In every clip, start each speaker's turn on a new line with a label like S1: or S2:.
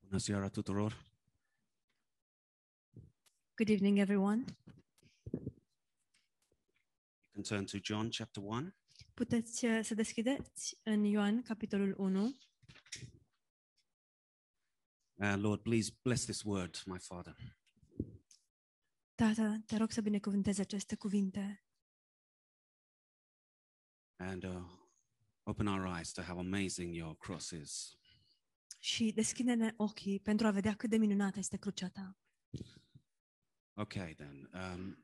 S1: Bună seara tuturor!
S2: Good evening, everyone.
S1: You can turn to John chapter 1.
S2: Puteți uh, să deschideți în Ioan, capitolul 1.
S1: Uh, Lord, please bless this word, my Father.
S2: Tată, te rog să binecuvântezi aceste cuvinte
S1: And uh, open our eyes to how amazing your cross is.
S2: și deschide-ne ochii pentru a vedea cât de minunată este crucea ta.
S1: Okay, then. Um,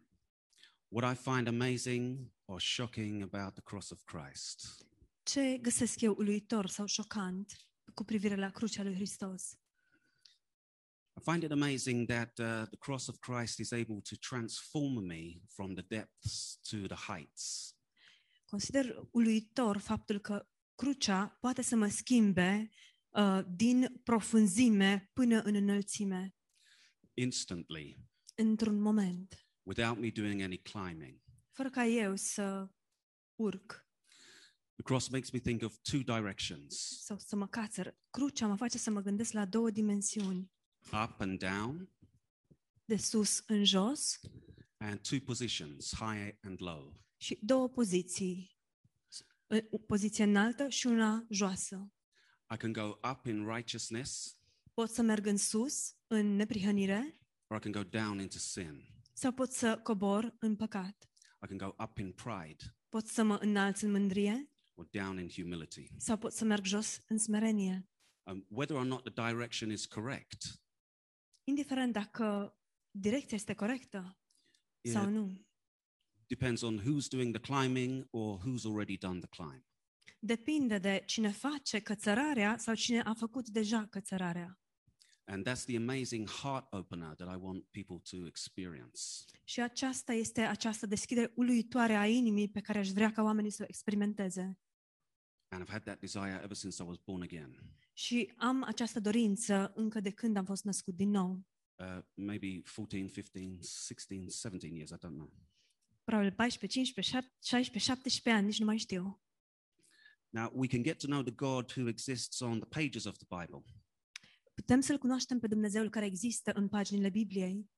S1: what I find amazing or shocking about the cross of Christ
S2: Ce găsesc eu uluitor sau șocant cu privire la crucea lui Hristos?
S1: I find it amazing that uh, the cross of Christ is able to transform me from the depths to the heights.
S2: Consider uluitor faptul că crucea poate să mă schimbe uh, din profunzime până în înălțime,
S1: instantly
S2: într-un moment,
S1: without me doing any climbing.
S2: fără ca eu să urc
S1: The cross makes me think of two directions
S2: sau să mă cațăr. Crucea mă face să mă gândesc la două dimensiuni.
S1: up and down,
S2: de sus în jos
S1: and uh, two positions high and low.
S2: și două poziții. O poziție înaltă și una joasă.
S1: I can go up in righteousness
S2: Pot să merg în sus, în neprihănire,
S1: or I can go down into sin.
S2: sau pot să cobor în păcat.
S1: I can go up in pride
S2: Pot să mă înalț în mândrie
S1: or down in humility.
S2: sau pot să merg jos în smerenie.
S1: Um, whether or not the direction is correct,
S2: Indiferent dacă direcția este corectă
S1: it
S2: sau nu.
S1: depends on who's doing the climbing or who's already done the climb.
S2: Depinde de cine face cățărarea sau cine a făcut deja cățărarea.
S1: And that's the amazing heart opener that I want people to experience.
S2: Și aceasta este această deschidere uluitoare a inimii pe care aș vrea ca oamenii să o experimenteze.
S1: And I've had that desire ever since I was born again.
S2: Și am această dorință încă de când am fost născut din nou.
S1: Uh, maybe 14, 15, 16, 17 years, I don't know.
S2: Probabil 14, 15, 7, 16, 17 ani, nici nu mai știu.
S1: Now, we can get to know the God who exists on the pages of the Bible.
S2: Putem să-L cunoaștem pe Dumnezeul care există în paginile Bibliei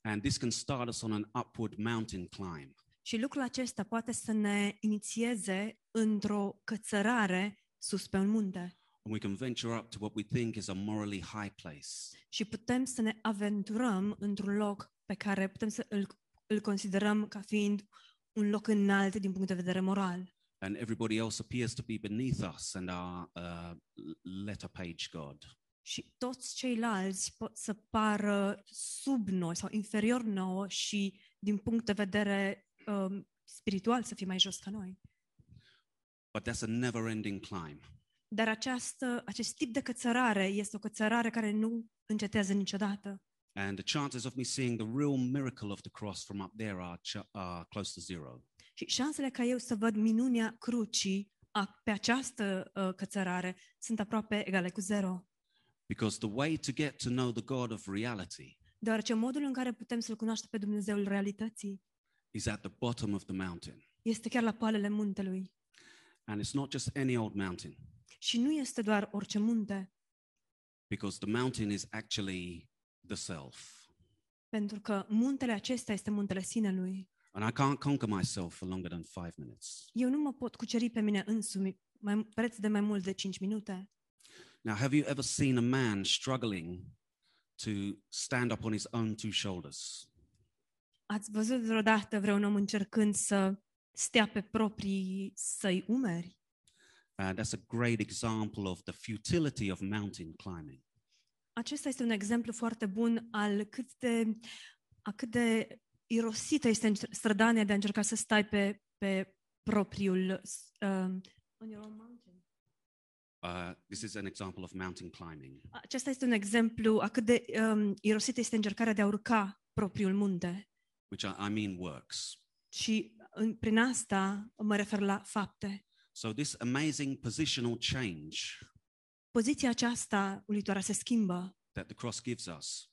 S1: And this can start us on an upward mountain climb.
S2: și lucrul acesta poate să ne inițieze într-o cățărare sus pe un munte
S1: And we can venture up to what we think is a morally high place.
S2: și putem să ne aventurăm într-un loc pe care putem să îl, îl considerăm ca fiind un loc înalt din punct de vedere moral.
S1: And everybody else appears to be beneath us and our uh, l- letter page God.
S2: și toți ceilalți pot să pară sub noi sau inferior nouă și din punct de vedere um, spiritual să fie mai jos ca noi.
S1: But that's a never ending climb.
S2: Dar această, acest tip de cățărare este o cățărare care nu încetează niciodată
S1: And the chances of me seeing the real miracle of the cross from up there are, ch- are close to zero.
S2: și șansele ca eu să văd minunea crucii a, pe această uh, cățărare sunt aproape egale cu zero.
S1: Because the way to get to know the God of reality
S2: Deoarece modul în care putem să-L cunoaștem pe Dumnezeul realității
S1: is at the bottom of the mountain.
S2: este chiar la poalele muntelui.
S1: And it's not just any old mountain,
S2: Și nu este doar orice munte,
S1: because the mountain is actually the self.
S2: Pentru că muntele acesta este muntele sinelui.
S1: And I can't conquer myself for longer than five minutes.
S2: Eu nu mă pot cuceri pe mine însumi mai, preț de mai mult de 5 minute.
S1: Now, have you ever seen a man struggling to stand up on his own two shoulders?
S2: Ați văzut vreodată vreun om încercând să stea pe proprii săi umeri?
S1: Uh, that's a great example of the futility of mountain climbing.
S2: Acesta este un exemplu foarte bun al cât de, a cât de irosită este încer- strădania de a încerca să stai pe, pe propriul... Uh, on your own mountain.
S1: Uh, this is an example of mountain climbing.
S2: Acesta este un exemplu a cât de um, irosită este încercarea de a urca propriul munte.
S1: which I, I mean works.
S2: Și în, prin asta mă refer la fapte.
S1: So, this amazing positional change
S2: Poziția aceasta ulitoare se schimbă.
S1: that the cross gives us,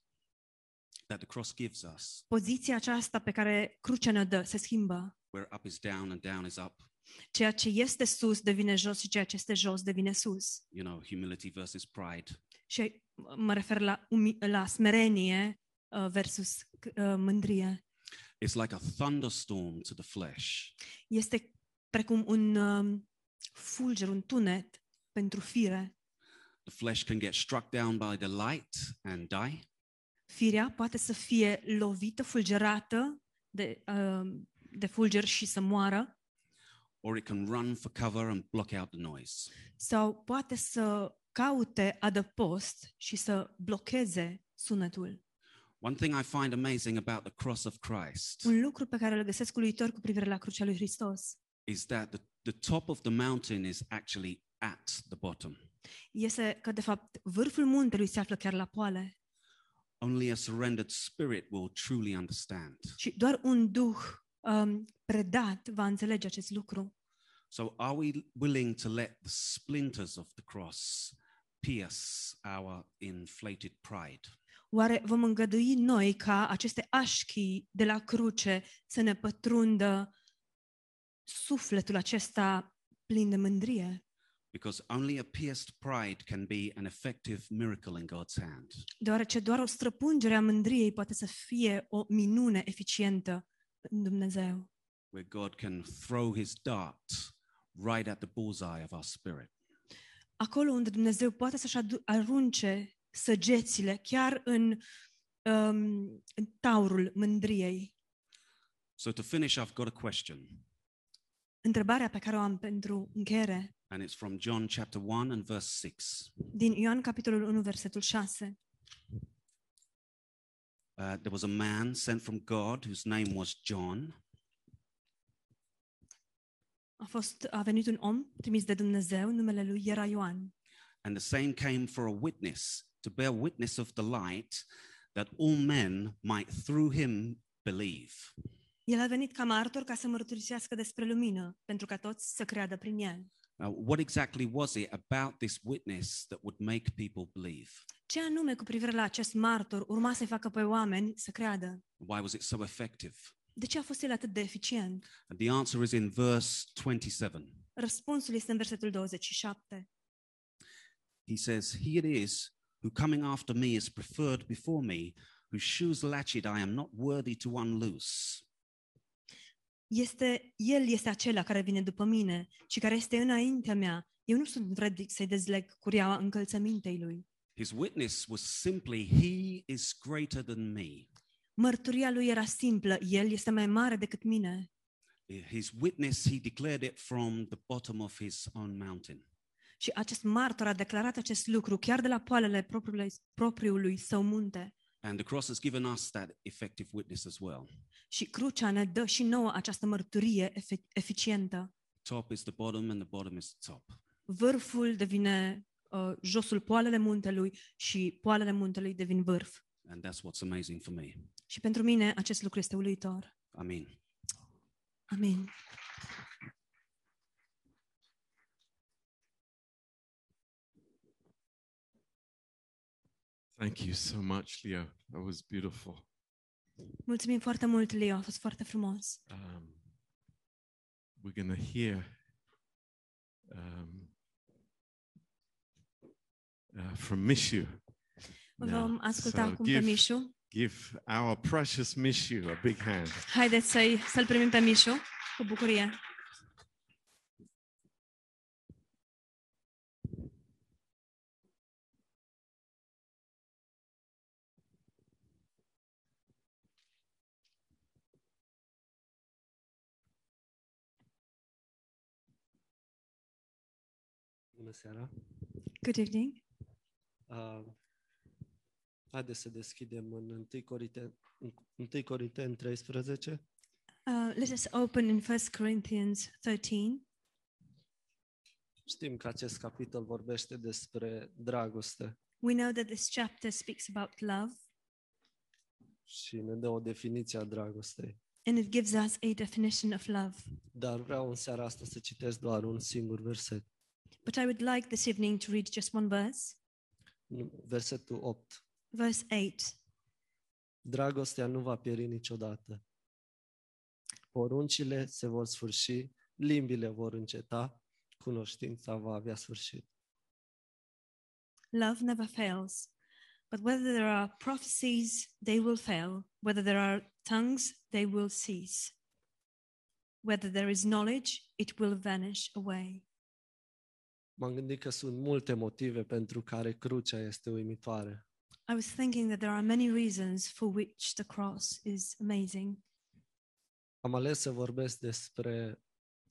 S1: that the cross gives us,
S2: Poziția aceasta pe care crucea ne dă se schimbă.
S1: where up is down and down is up,
S2: Ceea ce este sus devine jos și ceea ce este jos devine sus.
S1: You know, humility versus pride.
S2: Și mă refer la, umi- la smerenie uh, versus uh, mândrie.
S1: It's like a thunderstorm to the flesh.
S2: Este precum un um, fulger, un tunet pentru fire.
S1: The flesh can get struck down by the light and die,
S2: Firea poate să fie lovită, fulgerată de, uh, de fulger și să moară,
S1: or it can run for cover and block out the noise.
S2: sau poate să caute adăpost și să blocheze sunetul.
S1: One thing I find amazing about the cross of Christ
S2: Un lucru pe care îl găsesc uluitor cu privire la crucea lui Hristos
S1: is that the, the top of the mountain is actually at the bottom.
S2: este că, de fapt, vârful muntelui se află chiar la poale
S1: Only a surrendered spirit will truly understand.
S2: și doar un duh um, predat va înțelege acest lucru.
S1: So, are we willing to let the splinters of the cross pierce our inflated pride?
S2: Oare vom îngădui noi ca aceste așchii de la cruce să ne pătrundă sufletul acesta plin de mândrie?
S1: Because only a pierced pride can be an effective miracle in God's hand.
S2: Deoarece doar o străpungere a mândriei poate să fie o minune eficientă în Dumnezeu,
S1: where God can throw his dart right at the bullseye of our spirit.
S2: acolo unde Dumnezeu poate să-și adu- arunce săgețile chiar în, um, în taurul mândriei.
S1: So, to finish, I've got a question,
S2: Întrebarea pe care o am pentru încheiere
S1: and it's from John chapter 1 and verse 6.
S2: din Ioan capitolul 1, versetul 6.
S1: Uh, there was a man sent from God whose name was John.
S2: A, fost, a venit un om trimis de Dumnezeu, numele lui era Ioan.
S1: And the same came for a witness, to bear witness of the light, that all men might through him believe.
S2: El a venit ca martor ca să mărturisească despre lumină, pentru ca toți să creadă prin el.
S1: Now, what exactly was it about this witness that would make people believe?
S2: Ce anume cu privire la acest martor urma să-i facă pe oameni să creadă?
S1: Why was it so effective?
S2: De ce a fost el atât de eficient?
S1: And the answer is in verse 27.
S2: Răspunsul este în versetul 27.
S1: He says, He it is who coming after me is preferred before me, whose shoes latchet I am not worthy to unloose.
S2: Este, el este acela care vine după mine și care este înaintea mea. Eu nu sunt vrednic să-i dezleg cureaua încălțămintei lui.
S1: His witness was simply, He is greater than me.
S2: Mărturia lui era simplă, el este mai mare decât mine.
S1: His witness, he declared it from the bottom of his own mountain.
S2: Și acest martor a declarat acest lucru chiar de la poalele propriului, propriului său munte.
S1: And the cross has given us that effective witness as well.
S2: Și crucea ne dă și nouă această mărturie efe- eficientă.
S1: Top is the bottom, and the bottom is the top.
S2: Vârful devine uh, josul poalele muntelui și poalele muntelui devin vârf.
S1: And that's what's amazing for me.
S2: Și pentru mine acest lucru este uluitor.
S1: I mean,
S2: Amin.
S3: Thank you so much, Leo. That was beautiful.
S2: Mulțumim foarte mult, Leo, a fost foarte frumos.
S3: Um, we're going to hear um, uh, from Mishu.
S2: Vom
S3: now.
S2: asculta
S3: So
S2: acum pe
S3: give,
S2: Mișu.
S3: give our precious Mishu a big hand.
S2: Haideți să-i, să-l primim pe Mișu cu bucurie.
S4: Bună seara!
S2: Good evening.
S4: Uh, Haideți să deschidem în 1 Corinteni, în 1 Corinteni 13.
S2: Uh, let us open in 1 Corinthians 13.
S4: Știm că acest capitol vorbește despre dragoste
S2: We know that this chapter speaks about love
S4: și ne dă o definiție a dragostei.
S2: and it gives us a definition of love.
S4: Dar vreau în seara asta să citesc doar un singur verset,
S2: But I would like this evening to read just one verse,
S4: versetul 8.
S2: verse 8.
S4: Dragostea nu va pieri niciodată. Poruncile se vor sfârși, limbile vor înceta, cunoștința va avea sfârșit.
S2: Love never fails. But whether there are prophecies, they will fail. Whether there are tongues, they will cease. Whether there is knowledge, it will vanish away.
S4: M-am gândit că sunt multe motive pentru care crucea este uimitoare.
S2: I was thinking that there are many reasons for which the cross is amazing,
S4: Am ales să vorbesc despre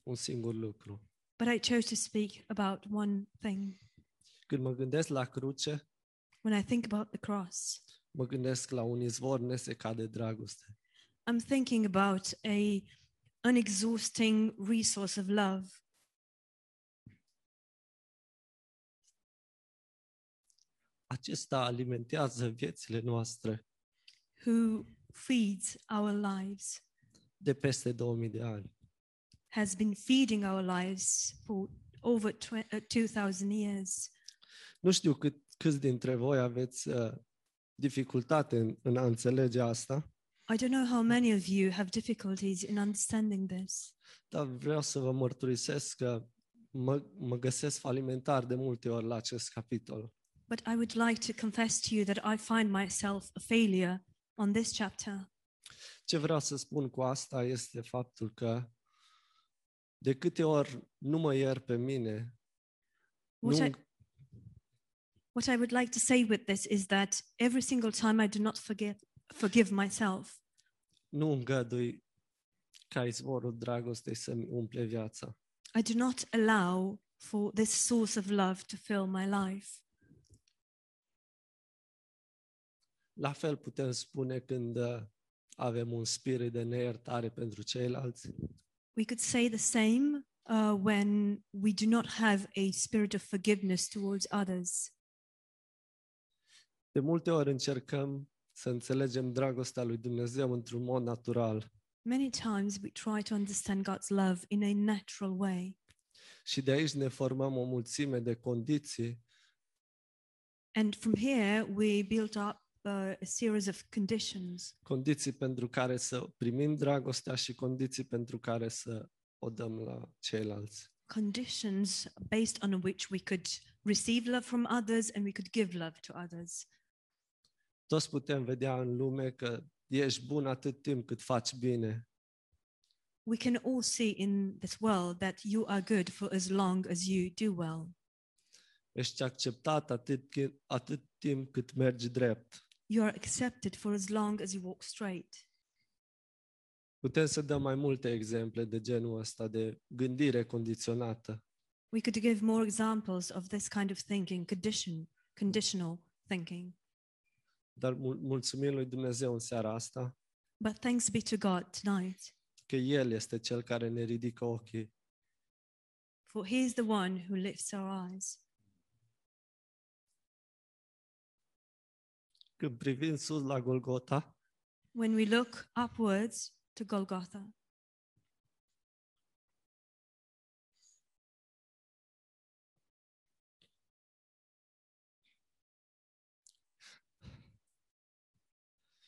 S4: un singur lucru.
S2: but I chose to speak about one thing.
S4: Când mă gândesc la cruce,
S2: When I think about the cross,
S4: mă gândesc la un izvor nesecat de dragoste.
S2: I'm thinking about a unexhausting resource of love.
S4: Acesta alimentează viețile noastre
S2: who feeds our lives,
S4: de peste 2000 de ani.
S2: has been feeding our lives for over tw- uh, 2,000 years.
S4: Nu știu cât, câți dintre voi aveți uh, dificultate în, în a înțelege asta,
S2: I don't know how many of you have difficulties in understanding this,
S4: dar vreau să vă mărturisesc că mă, mă găsesc alimentar de multe ori la acest capitol.
S2: but I would like to confess to you that I find myself a failure on this chapter.
S4: Ce vreau să spun cu asta este faptul că de câte ori nu mă ier pe mine,
S2: What, I,
S4: nu,
S2: what I would like to say with this is that every single time I do not forgive, forgive myself,
S4: nu îngădui ca izvorul dragostei să-mi umple viața.
S2: I do not allow for this source of love to fill my life.
S4: La fel putem spune când uh, avem un spirit de neiertare pentru ceilalți,
S2: We could say the same uh, when we do not have a spirit of forgiveness towards others.
S4: De multe ori încercăm să înțelegem dragostea lui Dumnezeu într-un mod natural
S2: Many times we try to understand God's love in a natural way,
S4: și de aici ne formăm o mulțime de condiții
S2: and from here we build up uh, a series of conditions
S4: condiții pentru care să primim dragostea și condiții pentru care să o dăm la ceilalți.
S2: conditions based on which we could receive love from others and we could give love to others.
S4: Toți putem vedea în lume că ești bun atât timp cât faci bine.
S2: We can all see in this world that you are good for as long as you do well.
S4: Ești acceptat atât, chi- atât timp cât mergi drept.
S2: You are accepted for as long as you walk straight.
S4: Putem să dăm mai multe exemple de genul ăsta de gândire condiționată.
S2: We could give more examples of this kind of thinking, condition, conditional thinking.
S4: Dar mul- mulțumim lui Dumnezeu în seara asta
S2: But thanks be to God tonight,
S4: că El este Cel care ne ridică ochii.
S2: for He is the one who lifts our eyes.
S4: Când privim sus la Golgota,
S2: When we look upwards to Golgotha,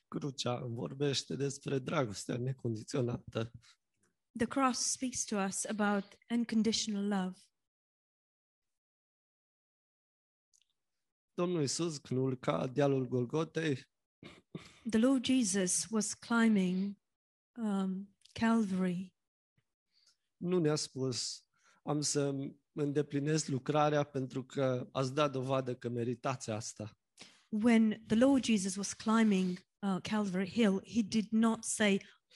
S4: crucea îmi vorbește despre dragostea necondiționată.
S2: the cross speaks to us about unconditional love.
S4: Domnul Iisus, când urca dealul Golgotei,
S2: The Lord Jesus was climbing um, Calvary.
S4: nu ne-a spus am să îndeplinesc lucrarea pentru că ați dat dovadă că meritați asta.
S2: When the Lord Jesus was climbing uh, Calvary Hill, He did not say,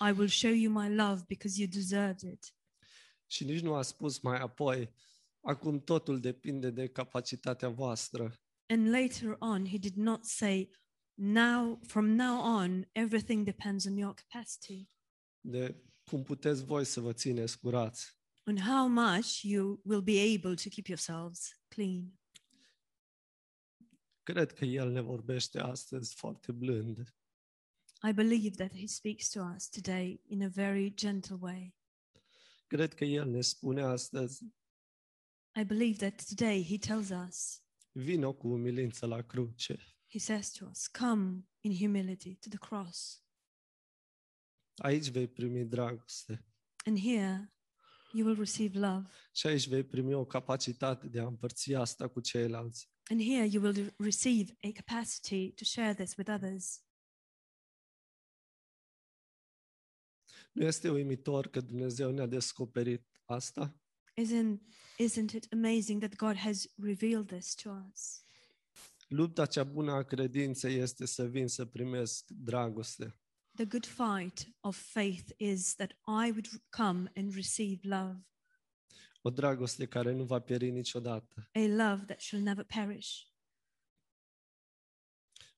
S2: I will show you my love because you deserved it.
S4: Și nici nu a spus mai apoi, acum totul depinde de capacitatea voastră.
S2: And later on, he did not say, now, from now on, everything depends on your capacity,
S4: de cum puteți voi să vă țineți curați.
S2: on how much you will be able to keep yourselves clean.
S4: Cred că El ne vorbește astăzi foarte blând.
S2: I believe that he speaks to us today in a very gentle way.
S4: Cred că El ne spune astăzi,
S2: I believe that today he tells us,
S4: vino cu umilință la cruce.
S2: he says to us, come in humility to the cross,
S4: Aici vei primi dragoste.
S2: and here you will receive love.
S4: Și aici vei primi o capacitate de a împărți asta cu ceilalți.
S2: And here you will receive a capacity to share this with others.
S4: Nu este uimitor că Dumnezeu ne-a descoperit asta?
S2: Isn't, isn't it amazing that God has revealed this to us?
S4: Lupta cea bună a credinței este să vin să primesc dragoste.
S2: The good fight of faith is that I would come and receive love,
S4: O dragoste care nu va pieri niciodată.
S2: a love that shall never perish.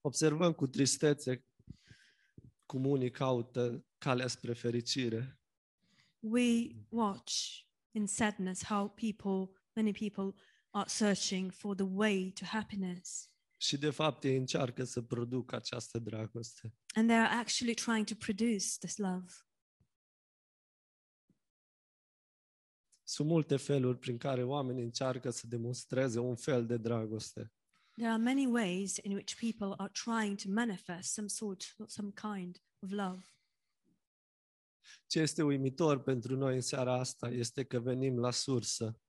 S4: Observăm cu tristețe cum unii caută calea spre fericire,
S2: We watch in sadness how people, many people, are searching for the way to happiness.
S4: Și de fapt ei încearcă să producă această dragoste.
S2: And they are actually trying to produce this love.
S4: Sunt multe feluri prin care oamenii încearcă să demonstreze un fel de dragoste.
S2: There are many ways in which people are trying to manifest some sort, some kind of love.
S4: Ce este uimitor pentru noi în seara asta este că venim la sursă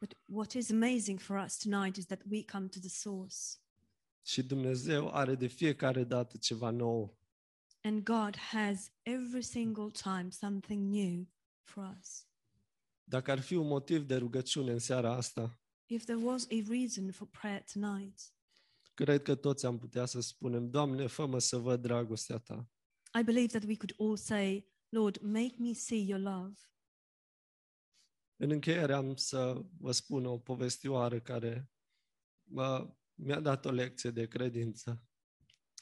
S2: But what is amazing for us tonight is that we come to the source,
S4: și Dumnezeu are de fiecare dată ceva nou.
S2: and God has every single time something new for us.
S4: Dacă ar fi un motiv de rugăciune în seara asta,
S2: If there was a reason for prayer tonight,
S4: cred că toți am putea să spunem, Doamne, fă-mă să văd dragostea Ta.
S2: I believe that we could all say, Lord, make me see your love.
S4: În încheiere am să vă spun o povestioară care mă, mi-a dat o lecție de credință.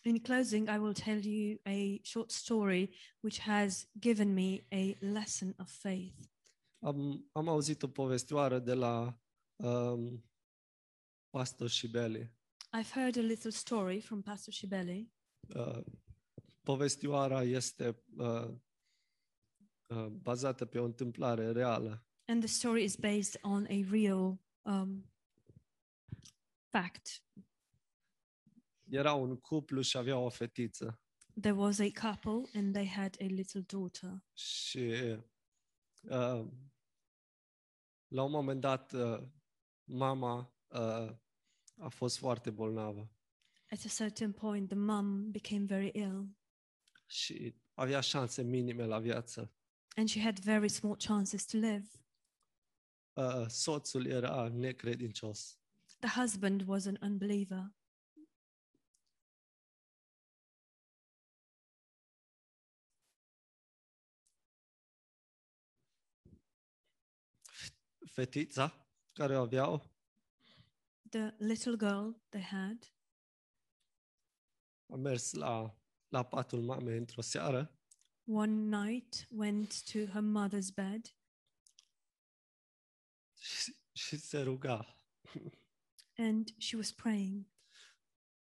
S2: In closing, I will tell you a short story which has given me a lesson of faith.
S4: Am, am auzit o povestioară de la um, Pastor Shibeli.
S2: I've heard a little story from Pastor Shibeli.
S4: Uh, povestioara este uh, uh, bazată pe o întâmplare reală.
S2: And the story is based on a real um, fact.
S4: Era un cuplu și avea o fetiță
S2: There was a couple and they had a little daughter.
S4: și uh, la un moment dat uh, mama uh, a fost foarte bolnavă
S2: At a certain point, the mum became very ill
S4: și avea șanse minime la viață.
S2: and she had very small chances to live.
S4: Uh, soțul era necredincios.
S2: The husband was an unbeliever.
S4: fetița care o aveau
S2: The little girl they had
S4: a mers la, la patul mamei într-o seară
S2: one night went to her mother's bed
S4: și, și se ruga.
S2: and she was praying.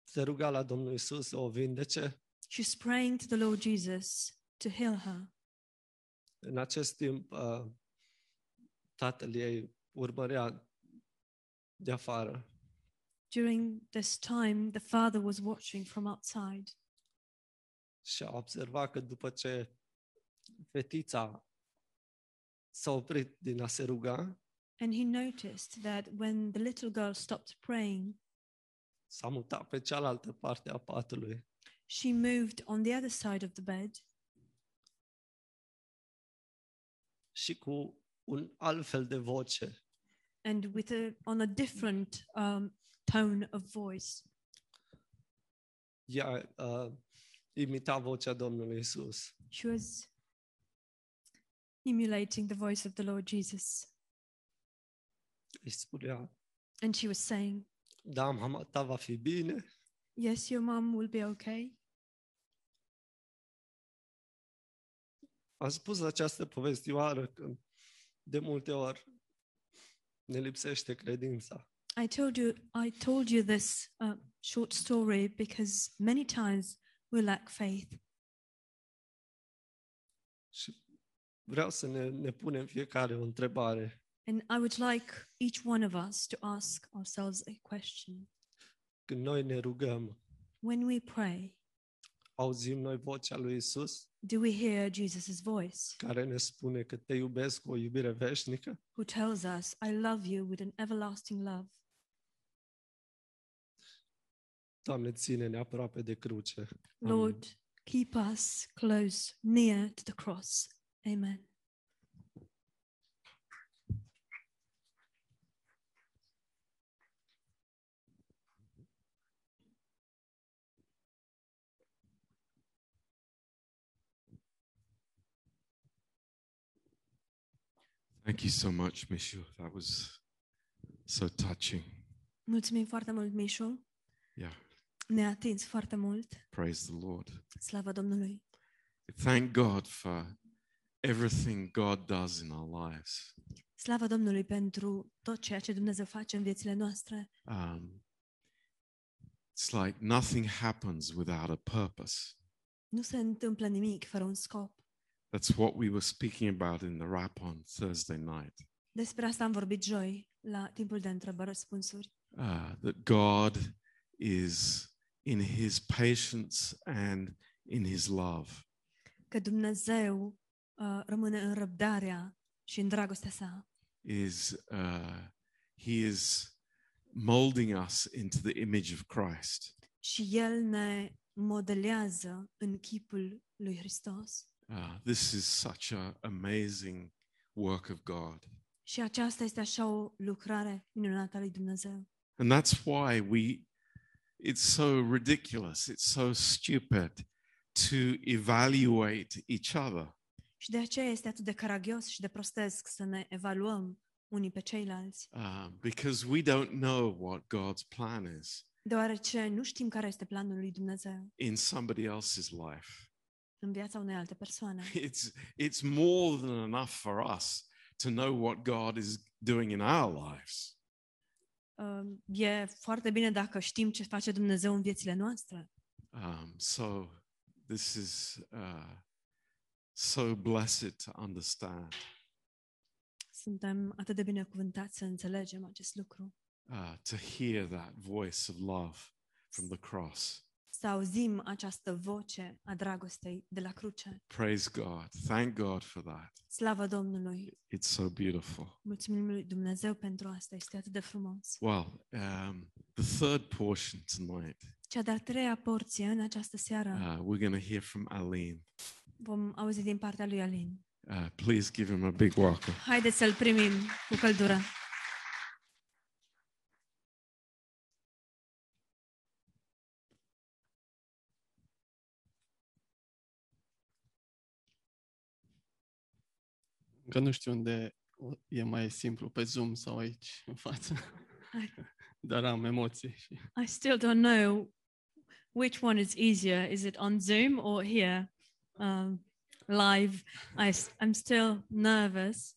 S4: Se ruga la Domnul Isus să o vindece.
S2: She's praying to the Lord Jesus to heal her.
S4: În acest timp, uh, tatăl ei urmărea de afară
S2: During this time, the father was watching from outside.
S4: și a observat că după ce fetița s-a oprit din a se ruga,
S2: And he noticed that when the little girl stopped praying,
S4: s-a mutat pe cealaltă parte a patului.
S2: she moved on the other side of the bed
S4: și cu un alt fel de voce
S2: and with a, on a different um, tone of voice.
S4: ea uh, imita vocea Domnului Isus.
S2: She was emulating the voice of the Lord Jesus.
S4: Îi spunea,
S2: And she was saying,
S4: da, mama ta va fi bine,
S2: Yes, your mum will be okay.
S4: Am spus această povestioară că de multe ori ne lipsește credința.
S2: I told you, I told you this uh, short story because many times we lack faith.
S4: Și vreau să ne, ne punem fiecare o întrebare.
S2: And I would like each one of us to ask ourselves a question.
S4: Când noi ne rugăm,
S2: When we pray,
S4: auzim noi vocea lui Isus
S2: Do we hear Jesus' voice
S4: care ne spune că te iubesc cu o iubire veșnică?
S2: who tells us, I love you with an everlasting love?
S4: Doamne, ține-ne aproape de cruce.
S2: Lord, keep us close, near to the cross. Amen.
S3: Thank you so much, Mishu. That was so touching.
S2: Mulțumim foarte mult, Mișu.
S3: Yeah,
S2: Ne-a atins foarte mult.
S3: praise the Lord.
S2: Slavă Domnului.
S3: Thank God for everything God does in our lives.
S2: Slavă Domnului pentru tot ceea ce Dumnezeu face în viețile noastre.
S3: Um, it's like nothing happens without a purpose.
S2: Nu se întâmplă nimic fără un scop.
S3: That's what we were speaking about in the wrap on Thursday night.
S2: Despre asta am vorbit joi, la timpul de întrebări-răspunsuri.
S3: uh, that God is in his patience and in his love.
S2: Că Dumnezeu uh, rămâne în răbdarea și în dragostea sa.
S3: Is uh, he is molding us into the image of Christ.
S2: Și El ne modelează în chipul lui Hristos.
S3: Uh, this is such an amazing work of God.
S2: Și aceasta este așa o lucrare minunată a lui Dumnezeu.
S3: And that's why we it's so ridiculous, it's so stupid to evaluate each other.
S2: Și de aceea este atât de caragios și de prostesc să ne evaluăm unii pe ceilalți,
S3: uh, because we don't know what God's plan is
S2: deoarece nu știm care este planul lui Dumnezeu
S3: in somebody else's life.
S2: în viața unei alte persoane.
S3: it's it's more than enough for us to know what God is doing in our lives.
S2: Um, E foarte bine dacă știm ce face Dumnezeu în viețile noastre.
S3: Um, so this is uh, so blessed to understand.
S2: Suntem atât de binecuvântați să înțelegem acest lucru.
S3: Uh, to hear that voice of love from the cross.
S2: Să auzim această voce a dragostei de la cruce.
S3: Praise God. Thank God for that.
S2: Slavă Domnului!
S3: It's so beautiful.
S2: Mulțumim lui Dumnezeu pentru asta, este atât de frumos.
S3: Well, um, the third portion tonight,
S2: Cea de-a treia porție în această seară
S3: uh, we're going to hear from Aline.
S2: vom auzi din partea lui Alin.
S3: Uh, please give him a big welcome.
S2: Haideți să-l primim cu căldură.
S5: Că nu știu unde o- e mai simplu, pe Zoom sau aici, în față.
S2: Hai.
S5: Dar am emoții. Și...
S2: I still don't know which one is easier. Is it on Zoom or here um, live? I, s- I'm still nervous.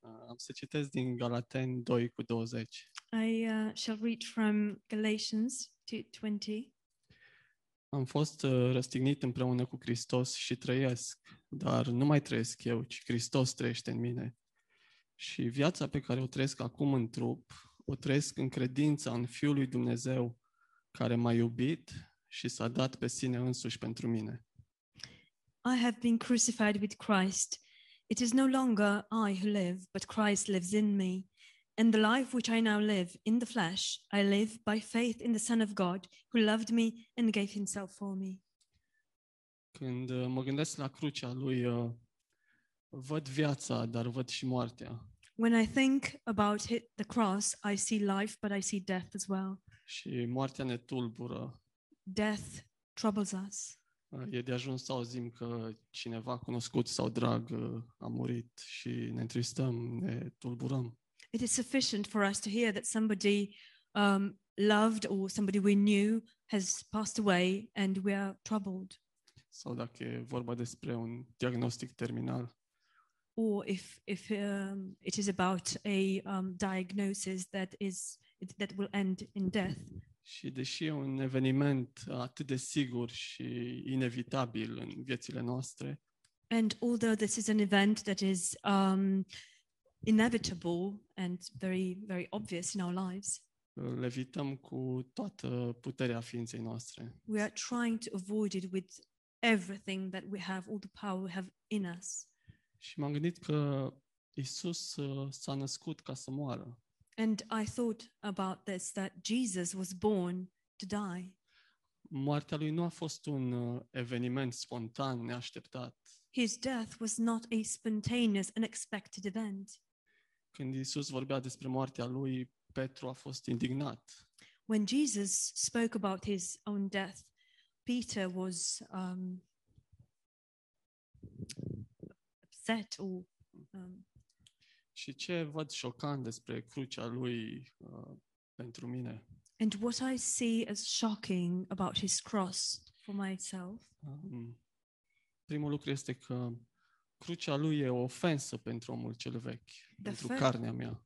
S5: Uh, Am să citesc din Galateni 2 cu 20.
S2: I uh, shall read from Galatians 2:20.
S5: Am fost uh, răstignit împreună cu Hristos și trăiesc, dar nu mai trăiesc eu, ci Hristos trăiește în mine. Și viața pe care o trăiesc acum în trup, o trăiesc în credința în Fiul lui Dumnezeu, care m-a iubit și s-a dat pe sine însuși pentru mine.
S2: I have been crucified with Christ. It is no longer I who live, but Christ lives in me. And the life which I now live in the flesh, I live by faith in the Son of God, who loved me and gave himself for me.
S5: Când uh, mă gândesc la crucea lui, uh, văd viața, dar văd și moartea.
S2: When I think about it, the cross, I see life, but I see death as well.
S5: Și moartea ne tulbură.
S2: Death troubles us.
S5: Uh, E de ajuns să auzim că cineva cunoscut sau drag uh, a murit și ne întristăm, ne tulburăm.
S2: It is sufficient for us to hear that somebody um, loved or somebody we knew has passed away and we are troubled.
S5: Sau dacă e vorba despre un diagnostic terminal,
S2: Or if, if um, it is about a um, diagnosis that is that will end in death.
S5: Și deși e un eveniment atât de sigur și inevitabil în viețile noastre,
S2: And although this is an event that is um, inevitable and very, very obvious in our lives,
S5: levităm cu toată puterea ființei noastre.
S2: We are trying to avoid it with everything that we have, all the power we have in us.
S5: Și m-am gândit că Isus s-a născut ca să moară.
S2: And I thought about this that Jesus was born to die.
S5: Moartea lui nu a fost un uh, eveniment spontan, neașteptat.
S2: His death was not a spontaneous, unexpected event.
S5: Când Isus vorbea despre moartea lui, Petru a fost indignat.
S2: When Jesus spoke about his own death, Peter was um, upset or um,
S5: Și ce văd șocant despre crucea lui uh, pentru mine?
S2: and what I see as shocking about his cross for myself
S5: Um, primul lucru este că crucea lui e o ofensă pentru omul cel vechi, pentru
S2: fel.
S5: carnea mea.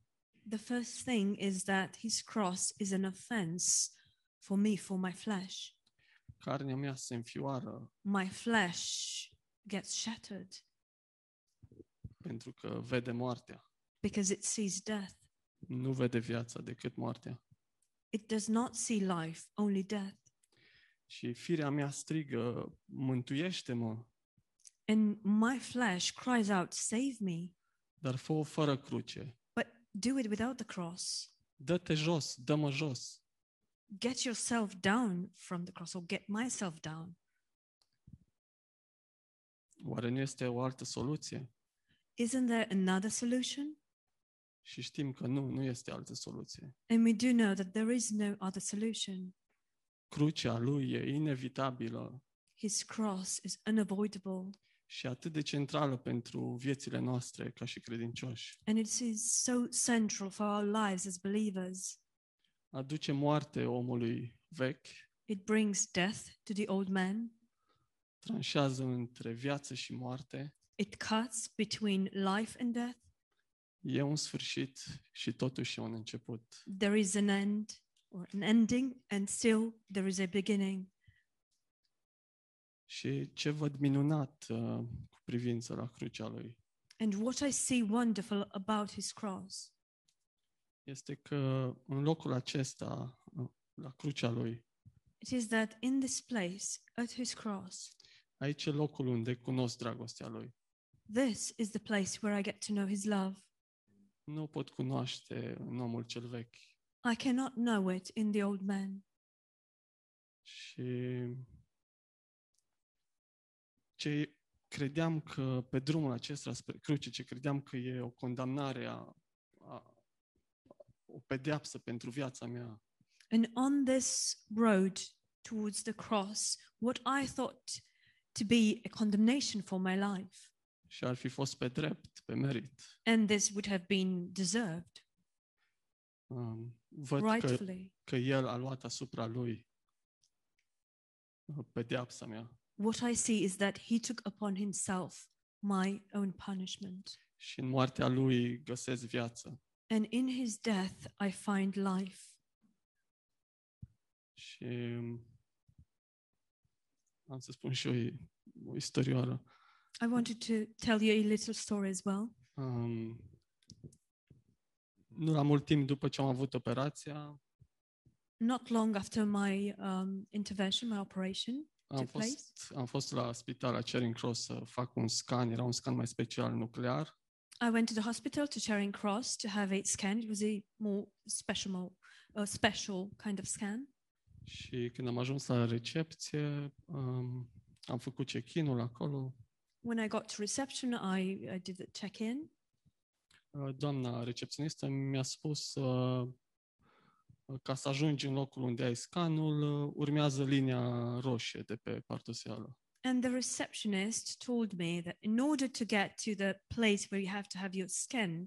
S2: The first thing is that his cross is an offense for me, for my flesh.
S5: Carnea mea se înfioară
S2: My flesh gets shattered
S5: pentru că vede moartea.
S2: because it sees death.
S5: Nu vede viața decât moartea.
S2: It does not see life, only death.
S5: Și firea mea strigă, mântuiește-mă,
S2: And my flesh cries out, Save me,
S5: dar fă-o fără cruce.
S2: but do it without the cross.
S5: Dă-te jos, dă-mă jos.
S2: Get yourself down from the cross, or get myself down.
S5: Oare nu este o altă soluție?
S2: Isn't there another solution?
S5: Și știm că nu, nu este altă soluție.
S2: And we do know that there is no other solution.
S5: Crucea lui e inevitabilă
S2: His cross is unavoidable.
S5: și atât de centrală pentru viețile noastre ca și credincioși.
S2: And it is so central for our lives as believers.
S5: Aduce moarte omului vechi,
S2: It brings death to the old man,
S5: tranșează între viață și moarte,
S2: it cuts between life and death.
S5: e un sfârșit și totuși e un început.
S2: There is an end or an ending, and still there is a beginning.
S5: Și ce văd minunat uh, cu privință la crucea lui
S2: And what I see wonderful about his cross
S5: este că în locul acesta, uh, la crucea lui,
S2: it is that in this place, at his cross,
S5: aici e locul unde cunosc dragostea lui.
S2: this is the place where I get to know his love.
S5: Nu o pot cunoaște în omul cel vechi.
S2: I cannot know it in the old man.
S5: Și ce credeam că pe drumul acesta spre cruce, ce credeam că e o condamnare, a, a, o pedeapsă pentru viața mea,
S2: And on this road towards the cross, what I thought to be a condemnation for my life,
S5: și ar fi fost pe drept, pe merit.
S2: and this would have been deserved
S5: Um, Văd că,
S2: rightfully.
S5: că El a luat asupra Lui uh, pedeapsa mea
S2: What I see is that he took upon himself my own punishment.
S5: și în moartea Lui găsesc viață.
S2: And in his death, I find life.
S5: Și um, am să spun și eu o istorioară.
S2: I wanted to tell you a little story as well.
S5: Um, nu la mult timp după ce am avut operația,
S2: Not long after my um, intervention, my operation,
S5: am
S2: Ce place?
S5: fost, am fost la spital la Charing Cross să fac un scan, era un scan mai special nuclear
S2: I went to the hospital to Charing Cross to have it scanned. It was a more special, more, uh, special kind of scan.
S5: și când am ajuns la recepție, um, am făcut check-in-ul acolo.
S2: When I got to reception, I, I did the check-in,
S5: Uh, Doamna recepționistă mi-a spus uh, ca să ajungi în locul unde ai scanul, uh, urmează linia roșie de pe partoseală.
S2: and the receptionist told me that in order to get to the place where you have to have your scan,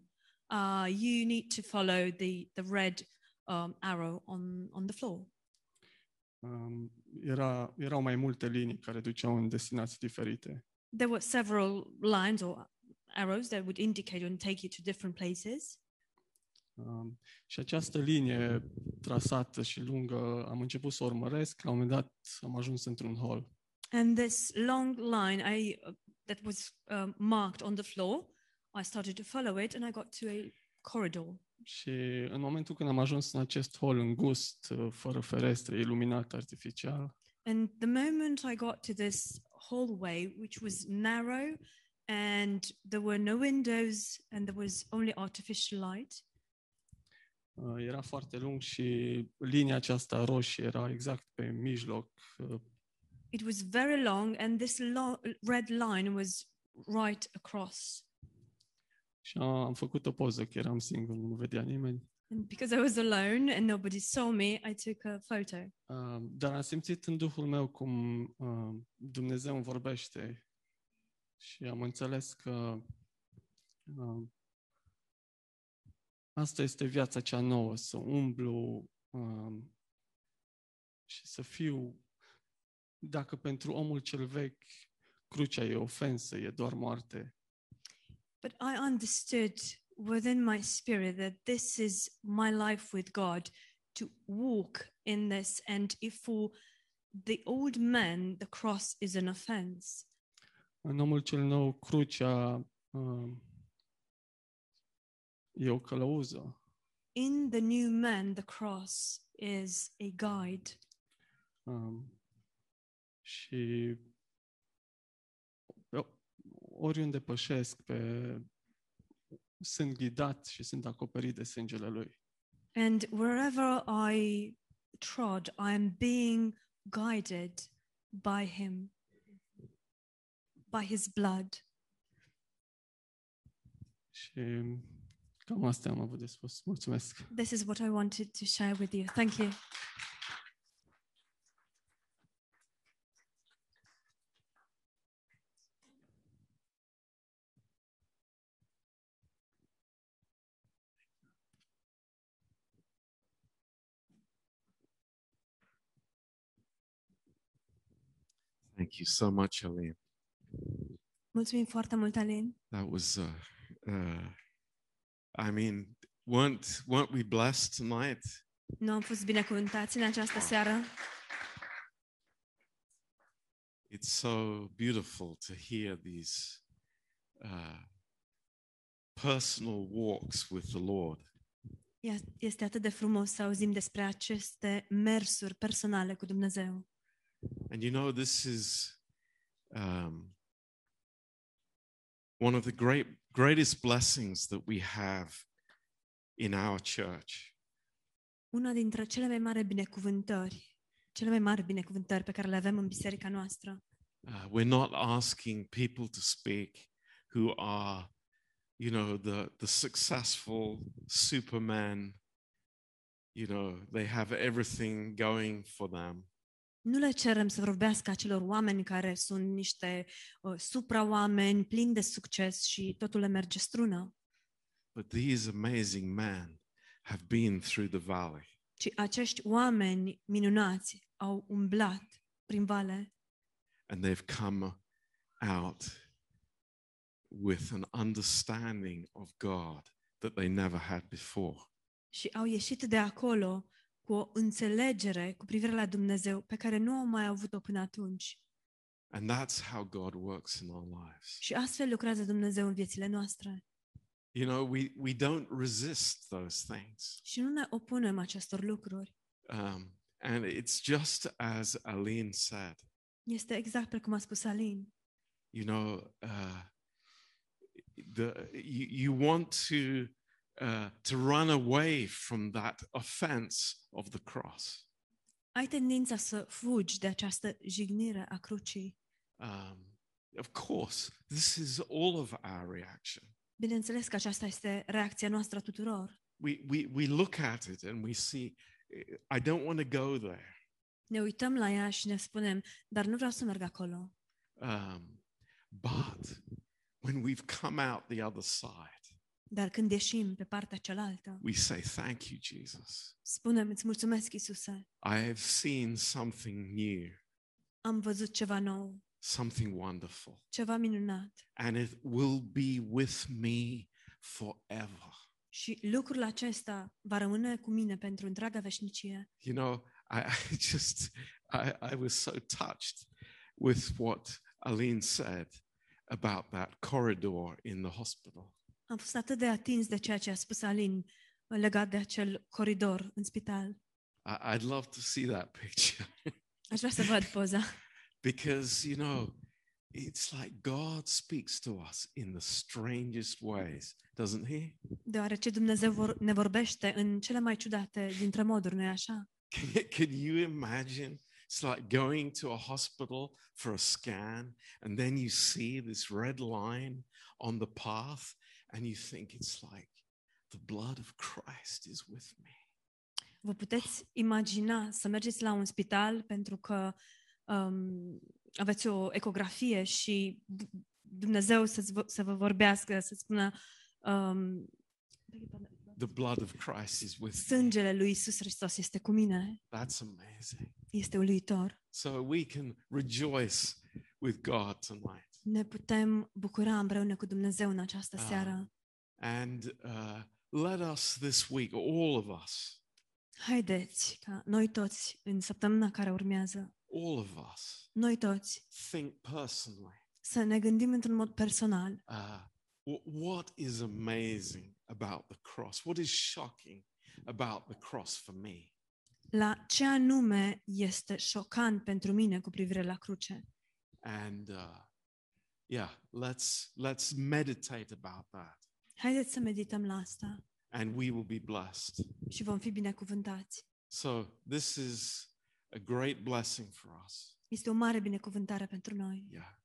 S2: uh, you need to follow the the red um, arrow on on the floor.
S5: Um, era, erau mai multe linii care duceau în destinații diferite.
S2: There were several lines or arrows that would indicate and take you to different places.
S5: Um, și această linie trasată și lungă am început să o urmăresc, la un moment dat am ajuns într-un hol
S2: And this long line I, uh, that was um, marked on the floor, I started to follow it and I got to a corridor.
S5: Și în momentul când am ajuns în acest hol îngust, uh, fără ferestre, iluminat artificial,
S2: And the moment I got to this hallway, which was narrow and there were no windows and there was only artificial light,
S5: uh, era foarte lung și linia aceasta roșie era exact pe mijloc, uh,
S2: it was very long and this lo- red line was right across.
S5: Și a- am făcut o poză, că eram singur, nu mă vedea nimeni.
S2: And because I was alone and nobody saw me, I took a photo.
S5: Uh, Dar am simțit în duhul meu cum uh, Dumnezeu îmi vorbește și am înțeles că uh, asta este viața cea nouă, să umblu uh, și să fiu, dacă pentru omul cel vechi crucea e ofensă, e doar moarte,
S2: But I understood within my spirit that this is my life with God to walk in this. And if for the old man, the cross is an offense.
S5: În omul cel nou, crucea uh, e o călăuză.
S2: In the new man, the cross is a guide.
S5: Uh, și eu- oriunde pășesc pe sunt ghidat și sunt acoperit de sângele lui.
S2: And wherever I trod, I am being guided by him, by his blood.
S5: Și cam asta am avut de spus. Mulțumesc!
S2: This is what I wanted to share with you. Thank you.
S3: Thank you so much, Aline.
S2: Mulțumim foarte mult, Alin.
S3: That was, uh, uh, I mean, weren't weren't we blessed tonight?
S2: Nu am fost binecuvântați în această seară.
S3: It's so beautiful to hear these uh, personal walks with the Lord.
S2: Ea- Este atât de frumos să auzim despre aceste mersuri personale cu Dumnezeu.
S3: And you know, this is um, one of the great, greatest blessings that we have in our church
S2: Una dintre cele mai mari binecuvântări, cele mai mari binecuvântări pe care le avem în biserica noastră.
S3: Uh, we're not asking people to speak who are, you know, the, the successful Superman. You know, they have everything going for them.
S2: Nu le cerem să vorbească acelor oameni care sunt niște uh, supraoameni, plini de succes și totul le merge strună.
S3: But these amazing men have been through the valley.
S2: Ci acești oameni minunați au umblat prin vale
S3: and they've come out with an understanding of God that they never had before.
S2: și au ieșit de acolo cu o înțelegere cu privire la Dumnezeu pe care nu au mai avut-o până atunci.
S3: And that's how God works in our lives.
S2: Și astfel lucrează Dumnezeu în viețile noastre.
S3: You know, we, we don't resist those things.
S2: Și nu ne opunem acestor lucruri.
S3: Um, and it's just as Aline said,
S2: Este exact precum a spus Alin.
S3: you know, uh, the, you, you want to, uh, to run away from that offense of the cross.
S2: Ai tendința să fugi de această jignire a crucii.
S3: Um, of course, this is all of our reaction.
S2: Bineînțeles că aceasta este reacția noastră a tuturor.
S3: We, we, we look at it and we see, "Eh, I don't want to go there.
S2: Ne uităm la ea și ne spunem, dar nu vreau să merg acolo.
S3: Um, but when we've come out the other side,
S2: Dar când ieșim pe partea cealaltă,
S3: we say, Thank you, Jesus.
S2: spunem, îți mulțumesc, Isuse,
S3: I have seen something new,
S2: am văzut ceva nou,
S3: something wonderful,
S2: ceva minunat
S3: and it will be with me forever.
S2: și lucrul acesta va rămâne cu mine pentru întreaga veșnicie.
S3: You know, I, I just, I, I was so touched with what Aline said about that corridor in the hospital.
S2: Am fost atât de atins de ceea ce a spus Alin uh, legat de acel coridor în spital.
S3: I- I'd love to see that picture
S2: Aș vrea să văd poza,
S3: because, you know, it's like God speaks to us in the strangest ways, doesn't He?
S2: deoarece Dumnezeu vor, ne vorbește în cele mai ciudate dintre moduri, nu-i așa?
S3: Can you, can you imagine? It's like going to a hospital for a scan, and then you see this red line on the path, and you think it's like the blood of Christ is with me.
S2: Vă puteți imagina să mergeți la un spital pentru că um, aveți o ecografie și D- Dumnezeu să-ți vă, să vă vorbească, să spună um,
S3: The blood of Christ is with me.
S2: sângele lui Isus Hristos este cu mine,
S3: That's amazing.
S2: este uluitor.
S3: So we can rejoice with God tonight.
S2: Ne putem bucura împreună cu Dumnezeu în această
S3: Ah.
S2: seară.
S3: And uh, let us this week, all of us,
S2: Haideți ca noi toți, în săptămâna care urmează,
S3: all of us,
S2: noi toți
S3: think personally.
S2: să ne gândim într-un mod personal
S3: uh, wh- what is amazing about the cross? What is shocking about the cross for me?
S2: la ce anume este șocant pentru mine cu privire la cruce.
S3: And uh, yeah, let's let's meditate about that,
S2: Haideți să medităm la asta
S3: and we will be blessed.
S2: și vom fi binecuvântați.
S3: So this is a great blessing for us.
S2: Este o mare binecuvântare pentru noi.
S3: Yeah,